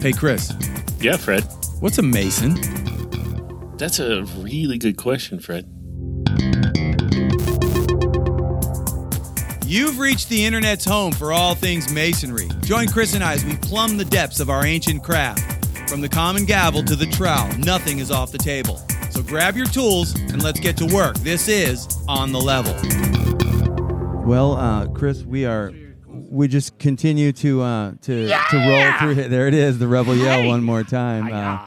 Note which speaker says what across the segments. Speaker 1: Hey, Chris,
Speaker 2: Yeah, Fred.
Speaker 1: what's a mason?
Speaker 2: That's a really good question, Fred.
Speaker 1: You've reached the internet's home for all things masonry. Join Chris and I as we plumb the depths of our ancient craft. From the common gavel to the trowel, nothing is off the table. So grab your tools and let's get to work. This is On the Level. Well, uh, Chris, we are. We just continue to uh, to to roll through. here. There it is, the rebel yell one more time. Uh,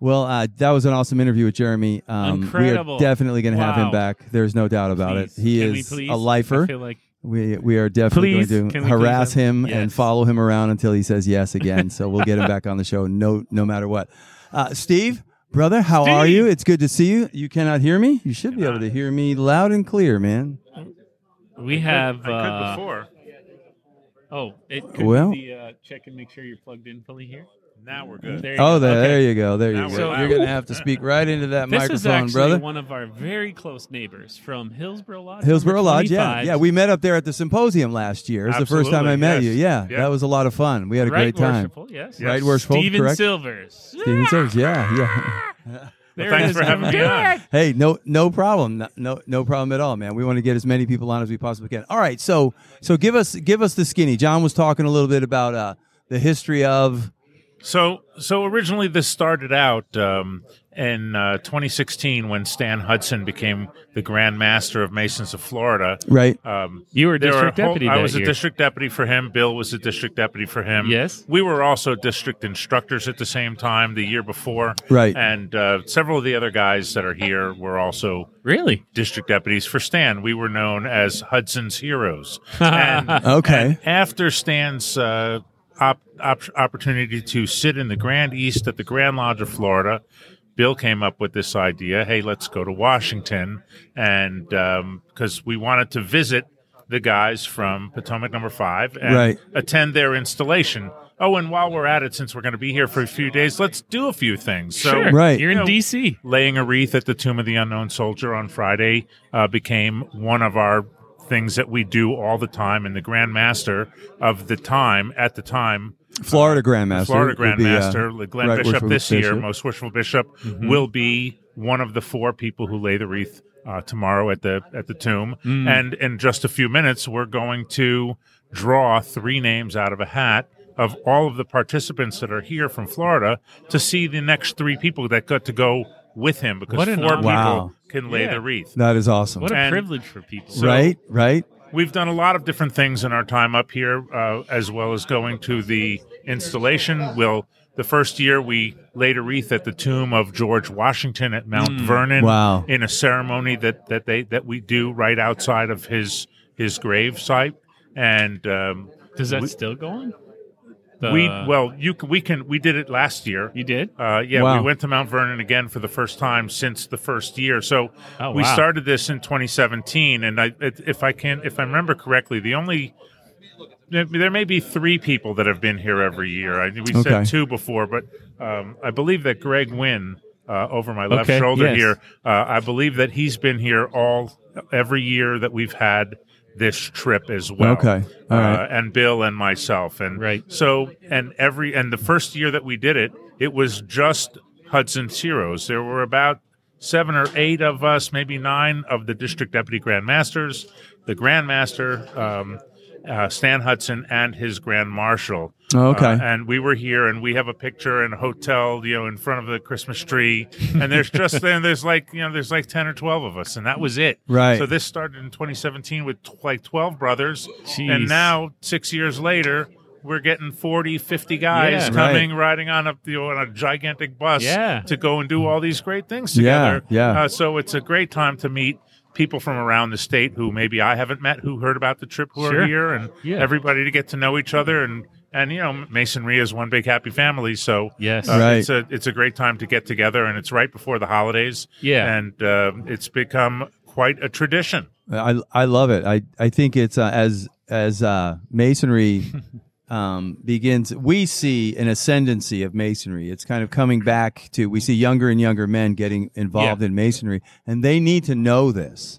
Speaker 1: well, uh, that was an awesome interview with Jeremy. Um, we are
Speaker 3: Incredible.
Speaker 1: definitely going to have him
Speaker 3: Wow.
Speaker 1: back. There's no doubt about it.
Speaker 3: Please.
Speaker 1: He
Speaker 3: Can we
Speaker 1: is
Speaker 3: please?
Speaker 1: a lifer.
Speaker 3: I feel like
Speaker 1: We we are definitely
Speaker 3: Please,
Speaker 1: going to
Speaker 3: can we please
Speaker 1: harass
Speaker 3: have-
Speaker 1: him and
Speaker 3: Yes.
Speaker 1: follow him around until he says yes again. so we'll get him back on the show, no no matter what. Uh, Steve, brother, how are you? It's good to see you. You cannot hear me. You should be able to hear me loud and clear, man.
Speaker 3: we have.
Speaker 4: I could
Speaker 3: Uh,
Speaker 4: before.
Speaker 3: oh, it could
Speaker 1: Well-
Speaker 3: be the, uh, check and make sure you're plugged in fully here.
Speaker 4: Now we're good.
Speaker 3: There you
Speaker 1: Oh,
Speaker 3: go.
Speaker 1: there,
Speaker 3: Okay.
Speaker 1: there you go, there you
Speaker 4: Now
Speaker 1: go.
Speaker 4: we're
Speaker 1: So
Speaker 4: loud.
Speaker 1: You're gonna have to speak right into that
Speaker 3: This is
Speaker 1: microphone,
Speaker 3: actually
Speaker 1: brother.
Speaker 3: one of our very close neighbors from Hillsborough Lodge. number
Speaker 1: Hillsborough Lodge, yeah,
Speaker 3: 25.
Speaker 1: yeah. We met up there at the symposium last year. It's the first time
Speaker 4: Absolutely,
Speaker 1: I met you.
Speaker 4: yes.
Speaker 1: Yeah,
Speaker 4: Yeah.
Speaker 1: that was a lot of fun. We had a
Speaker 3: right
Speaker 1: great time.
Speaker 3: Worshipful, yes.
Speaker 4: Yes.
Speaker 1: Right, worshipful,
Speaker 3: Steven
Speaker 1: correct?
Speaker 3: Silvers.
Speaker 1: Steven Serge, yeah, yeah.
Speaker 3: There
Speaker 4: thanks
Speaker 3: it is.
Speaker 4: for having me on.
Speaker 1: Hey, no, no problem, no, no, no problem at all, man. We want to get as many people on as we possibly can. All right, so, so give us, give us the skinny. John was talking a little bit about uh, the history of.
Speaker 4: So, so originally this started out um, in uh, 2016 when Stan Hudson became the Grand Master of Masons of Florida.
Speaker 1: Right.
Speaker 4: Um,
Speaker 3: You were
Speaker 4: there
Speaker 3: district
Speaker 4: were a whole-
Speaker 3: deputy
Speaker 4: I
Speaker 3: that
Speaker 4: was a
Speaker 3: year.
Speaker 4: district deputy for him. Bill was a district deputy for him.
Speaker 3: Yes.
Speaker 4: We were also district instructors at the same time the year before.
Speaker 1: Right.
Speaker 4: And uh, several of the other guys that are here were also
Speaker 3: Really?
Speaker 4: district deputies for Stan. We were known as Hudson's Heroes. And
Speaker 1: Okay.
Speaker 4: after Stan's uh, op- op- opportunity to sit in the Grand East at the Grand Lodge of Florida, Bill came up with this idea hey, let's go to Washington. And because we wanted to visit the guys from Potomac number five and
Speaker 1: Right.
Speaker 4: attend their installation. Oh, and while we're at it, since we're going to be here for a few days, let's do a few things. So,
Speaker 3: Sure.
Speaker 1: Right.
Speaker 3: You're in
Speaker 4: Yeah.
Speaker 3: D.C.
Speaker 4: laying a wreath at the tomb of the unknown soldier on Friday uh, became one of our things that we do all the time. And the Grand Master of the time, at the time,
Speaker 1: Florida Grandmaster.
Speaker 4: Florida
Speaker 1: would be, uh,
Speaker 4: Grandmaster, Glenn
Speaker 1: right,
Speaker 4: Bishop
Speaker 1: Worshipful
Speaker 4: this year,
Speaker 1: Bishop.
Speaker 4: most worshipful bishop,
Speaker 3: Mm-hmm.
Speaker 4: will be one of the four people who lay the wreath uh, tomorrow at the at the tomb.
Speaker 3: Mm.
Speaker 4: And in just a few minutes, we're going to draw three names out of a hat of all of the participants that are here from Florida to see the next three people that got to go with him because
Speaker 3: What
Speaker 4: four
Speaker 3: an
Speaker 4: people
Speaker 3: honor.
Speaker 1: Wow.
Speaker 4: can lay
Speaker 3: Yeah.
Speaker 4: the wreath.
Speaker 1: That is awesome.
Speaker 3: What a
Speaker 4: And-
Speaker 3: privilege for people.
Speaker 4: So-
Speaker 1: right. Right.
Speaker 4: We've done a lot of different things in our time up here, uh, as well as going to the installation. We'll the first year we laid a wreath at the tomb of George Washington at Mount Vernon.
Speaker 1: Wow.
Speaker 4: In a ceremony that that they that we do right outside of his his grave site, and um,
Speaker 3: Does that
Speaker 4: We-
Speaker 3: still go on?
Speaker 4: we
Speaker 3: The-
Speaker 4: well you can, we can we did it last year.
Speaker 3: you did.
Speaker 4: Uh, yeah,
Speaker 1: Wow.
Speaker 4: we went to Mount Vernon again for the first time since the first year. So
Speaker 3: Oh,
Speaker 4: we
Speaker 3: wow.
Speaker 4: started this in 2017, and I, it- if I can, if I remember correctly, the only there- there may be three people that have been here every year. I, we
Speaker 1: Okay.
Speaker 4: said two before, but um, I believe that Greg Wynn uh, over my left
Speaker 3: Okay,
Speaker 4: shoulder
Speaker 3: yes.
Speaker 4: here. Uh, I believe that he's been here all every year that we've had this trip as well.
Speaker 1: Okay. All right.
Speaker 4: Uh, and Bill and myself and
Speaker 3: Right.
Speaker 4: so and every and the first year that we did it, it was just Hudson's Heroes. There were about seven or eight of us, maybe nine of the district deputy grandmasters, the grandmaster, um, uh, Stan Hudson, and his grand marshal.
Speaker 1: Oh, Okay.
Speaker 4: Uh, and we were here, and we have a picture in a hotel, you know, in front of the Christmas tree. And there's just then there's like you know there's like ten or twelve of us, and that was it.
Speaker 1: Right.
Speaker 4: So this started in 2017 with tw- like 12 brothers,
Speaker 3: Jeez.
Speaker 4: and now six years later. We're getting 40, 50 guys
Speaker 3: Yeah.
Speaker 4: coming, riding on a you know, on a gigantic bus
Speaker 3: Yeah.
Speaker 4: to go and do all these great things
Speaker 1: Yeah,
Speaker 4: together.
Speaker 1: yeah.
Speaker 4: Uh, so it's a great time to meet people from around the state who maybe I haven't met, who heard about the trip, who
Speaker 3: Sure.
Speaker 4: are here, and
Speaker 3: Yeah.
Speaker 4: everybody to get to know each other. And and you know, masonry is one big happy family. So
Speaker 3: Yes.
Speaker 4: uh,
Speaker 1: Right.
Speaker 4: it's a it's a great time to get together, and it's right before the holidays.
Speaker 3: Yeah.
Speaker 4: and uh, it's become quite a tradition.
Speaker 1: I I love it. I I think it's uh, as as uh, masonry um, begins, we see an ascendancy of masonry. It's kind of coming back to we see younger and younger men getting involved in masonry, and they need to know this.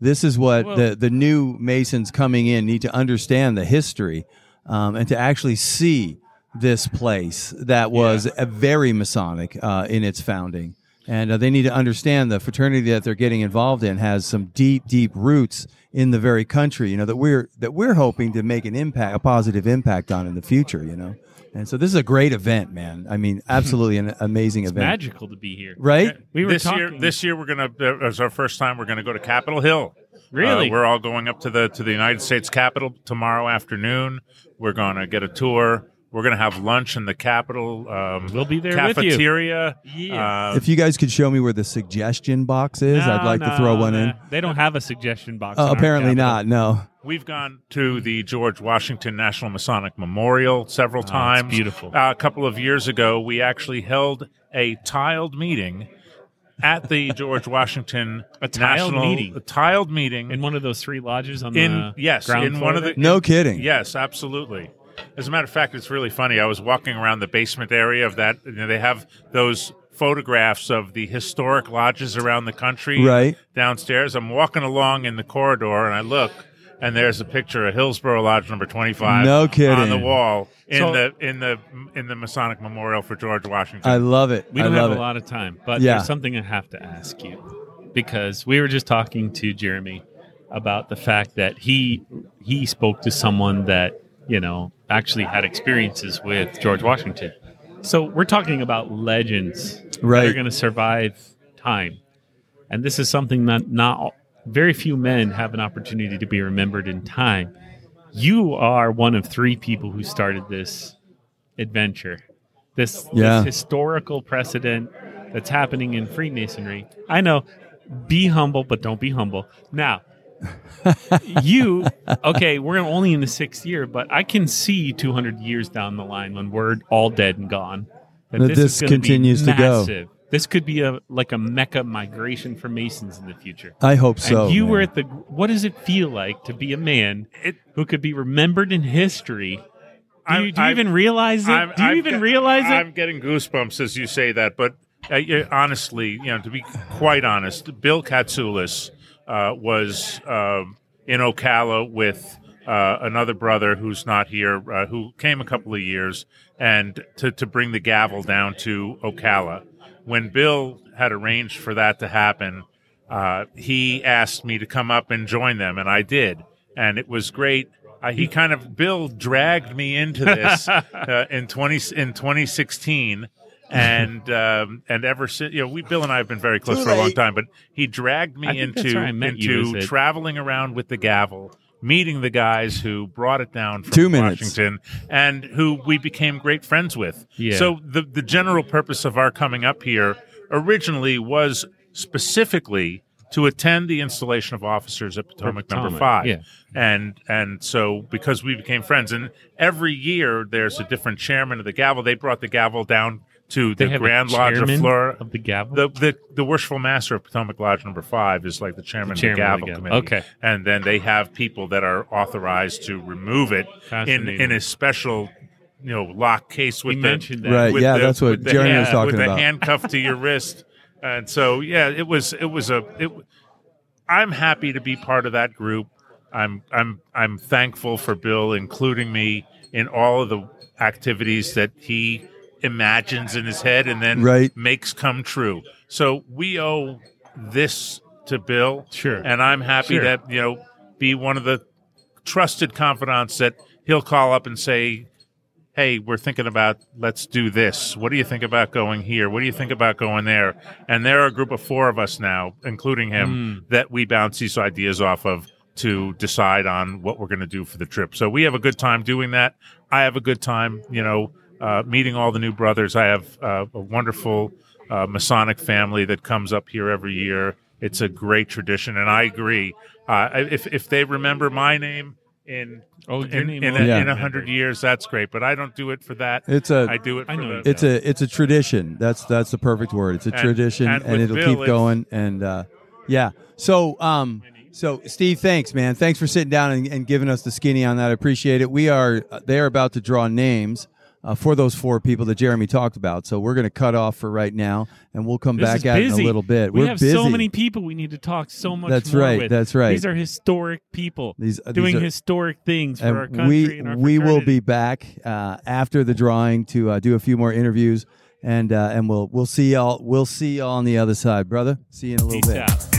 Speaker 1: This is what
Speaker 3: Well-
Speaker 1: the the new masons coming in need to understand the history um, and to actually see this place that was a very Masonic uh, in its founding. And uh, they need to understand the fraternity that they're getting involved in has some deep, deep roots in the very country, you know, that we're that we're hoping to make an impact, a positive impact on in the future, you know. And so this is a great event, man. I mean, absolutely an amazing event.
Speaker 3: Magical to be here.
Speaker 1: Right?
Speaker 3: We were
Speaker 4: this
Speaker 3: talking
Speaker 4: year. This year, we're gonna. Uh, it's our first time. We're gonna go to Capitol Hill.
Speaker 3: Really?
Speaker 4: Uh, we're all going up to the to the United States Capitol tomorrow afternoon. We're gonna get a tour. We're gonna have lunch in the Capitol. Um,
Speaker 3: We'll be there with you.
Speaker 4: cafeteria.
Speaker 3: Yeah.
Speaker 4: Uh,
Speaker 1: If you guys could show me where the suggestion box is, I'd
Speaker 3: No,
Speaker 1: like
Speaker 3: no,
Speaker 1: to throw one
Speaker 3: no.
Speaker 1: in.
Speaker 3: They don't have a suggestion box. in
Speaker 1: Uh,
Speaker 3: our
Speaker 1: apparently
Speaker 3: Capitol.
Speaker 1: not. No.
Speaker 4: We've gone to the George Washington National Masonic Memorial several times.
Speaker 3: Ah, beautiful.
Speaker 4: Uh, a couple of years ago, we actually held a tiled meeting at the George Washington
Speaker 3: A tiled
Speaker 4: National,
Speaker 3: meeting?
Speaker 4: a tiled meeting
Speaker 3: In one of those three lodges on
Speaker 4: In-
Speaker 3: the
Speaker 4: yes,
Speaker 3: ground
Speaker 4: in
Speaker 3: floor
Speaker 4: one of
Speaker 3: there?
Speaker 4: the-
Speaker 1: No kidding.
Speaker 4: Yes, absolutely. As a matter of fact, it's really funny. I was walking around the basement area of that. You know, they have those photographs of the historic lodges around the country.
Speaker 1: Right.
Speaker 4: Downstairs, I'm walking along in the corridor, and I look, and there's a picture of Hillsborough Lodge number 25.
Speaker 1: No kidding.
Speaker 4: On the wall in
Speaker 3: So-
Speaker 4: the in the in the Masonic Memorial for George Washington.
Speaker 1: I love it.
Speaker 3: We don't
Speaker 1: I love
Speaker 3: have a
Speaker 1: it.
Speaker 3: lot of time, but
Speaker 1: Yeah.
Speaker 3: there's something I have to ask you because we were just talking to Jeremy about the fact that he he spoke to someone that you know actually had experiences with George Washington. So we're talking about legends that
Speaker 1: Right.
Speaker 3: are going to survive time, and this is something that not all- very few men have an opportunity to be remembered in time. You are one of three people who started this adventure, this,
Speaker 1: Yeah.
Speaker 3: this historical precedent that's happening in Freemasonry. I know, be humble, but don't be humble. Now, you, okay, we're only in the sixth year, but I can see 200 years down the line when we're all dead and gone.
Speaker 1: That this
Speaker 3: gonna be
Speaker 1: continues to go.
Speaker 3: massive. This could be a like a mecca migration for Masons in the future.
Speaker 1: I hope so.
Speaker 3: and you
Speaker 1: man.
Speaker 3: were at the. What does it feel like to be a man
Speaker 4: It-
Speaker 3: who could be remembered in history? Do
Speaker 4: I'm-
Speaker 3: you, do you
Speaker 4: I'm-
Speaker 3: even realize it?
Speaker 4: I'm-
Speaker 3: do you
Speaker 4: I'm
Speaker 3: even
Speaker 4: get-
Speaker 3: realize it?
Speaker 4: I'm getting goosebumps as you say that. But uh, yeah, honestly, you know, to be quite honest, Bill Katsoulis uh, was um, in Ocala with uh, another brother who's not here, uh, who came a couple of years, and to, to bring the gavel down to Ocala. When Bill had arranged for that to happen, uh, he asked me to come up and join them, and I did, and it was great. I, he kind of Bill dragged me into this uh, in twenty in 2016, and um, and ever since you know we Bill and I have been very close for a long time, but he dragged me
Speaker 3: I think that's
Speaker 4: into
Speaker 3: where I met you,
Speaker 4: into
Speaker 3: is it-
Speaker 4: traveling around with the gavel. Meeting the guys who brought it down from
Speaker 1: Two minutes.
Speaker 4: Washington and who we became great friends with.
Speaker 3: Yeah.
Speaker 4: So the the general purpose of our coming up here originally was specifically to attend the installation of officers at Potomac,
Speaker 3: Potomac,
Speaker 4: Number Five,
Speaker 3: yeah.
Speaker 4: and and so because we became friends, and every year there's a different chairman of the gavel. They brought the gavel down to
Speaker 3: They
Speaker 4: the
Speaker 3: have a
Speaker 4: Grand Lodge of
Speaker 3: chairman
Speaker 4: Flora.
Speaker 3: of the gavel.
Speaker 4: The, the the worshipful master of Potomac Lodge Number Five is like the chairman,
Speaker 3: The chairman
Speaker 4: of
Speaker 3: of
Speaker 4: the
Speaker 3: the
Speaker 4: gavel
Speaker 3: gavel.
Speaker 4: committee.
Speaker 3: Okay.
Speaker 4: and then they have people that are authorized to remove it in
Speaker 3: Fascinating.
Speaker 4: in a special you know lock case with
Speaker 3: He
Speaker 4: the,
Speaker 3: mentioned that.
Speaker 1: Right,
Speaker 4: with
Speaker 1: yeah,
Speaker 4: the-
Speaker 1: that's what
Speaker 4: with the
Speaker 1: Jeremy
Speaker 4: hand-
Speaker 1: was talking
Speaker 4: with the
Speaker 1: about.
Speaker 4: handcuff to your wrist. And so, yeah, it was it was a. It, I'm happy to be part of that group. I'm I'm I'm thankful for Bill including me in all of the activities that he imagines in his head and then
Speaker 1: Right.
Speaker 4: makes come true. So we owe this to Bill.
Speaker 3: Sure.
Speaker 4: And I'm happy
Speaker 3: Sure.
Speaker 4: to you know be one of the trusted confidants that he'll call up and say hey, we're thinking about let's do this. What do you think about going here? What do you think about going there? And there are a group of four of us now, including him, that we bounce these ideas off of to decide on what we're going to do for the trip. So we have a good time doing that. I have a good time, you know, uh, meeting all the new brothers. I have uh, a wonderful uh, Masonic family that comes up here every year. It's a great tradition, and I agree. Uh, if if they remember my name in
Speaker 3: Oh, your
Speaker 4: in,
Speaker 3: name
Speaker 4: in,
Speaker 3: will
Speaker 4: a,
Speaker 3: be
Speaker 4: in a
Speaker 3: remembered.
Speaker 4: hundred years, that's great. But I don't do it for that.
Speaker 1: It's a-
Speaker 4: I do it. For
Speaker 3: I know
Speaker 4: the,
Speaker 3: you
Speaker 1: it's a it's a tradition. That's that's the perfect word. It's a
Speaker 4: And-
Speaker 1: tradition,
Speaker 4: and
Speaker 1: and,
Speaker 4: with
Speaker 1: it'll
Speaker 4: Bill,
Speaker 1: keep
Speaker 4: it's-
Speaker 1: going. And uh, yeah, so um, so Steve, thanks, man. Thanks for sitting down and, and giving us the skinny on that. I appreciate it. We are they are about to draw names uh, for those four people that Jeremy talked about. So we're going to cut off for right now, and we'll come
Speaker 3: This
Speaker 1: back
Speaker 3: is
Speaker 1: at it
Speaker 3: busy.
Speaker 1: in a little bit.
Speaker 3: We
Speaker 1: we're
Speaker 3: have
Speaker 1: busy.
Speaker 3: so many people we need to talk so much
Speaker 1: That's
Speaker 3: more
Speaker 1: right,
Speaker 3: with.
Speaker 1: that's right.
Speaker 3: These are historic people
Speaker 1: These- uh, these
Speaker 3: doing
Speaker 1: are-
Speaker 3: historic things for our
Speaker 1: and
Speaker 3: country
Speaker 1: we
Speaker 3: and our
Speaker 1: we will
Speaker 3: fraternity.
Speaker 1: be back uh, after the drawing to uh, do a few more interviews, and uh, and we'll we'll see y'all we'll see y'all on the other side, brother. See you in a little
Speaker 3: Peace
Speaker 1: bit.
Speaker 3: out.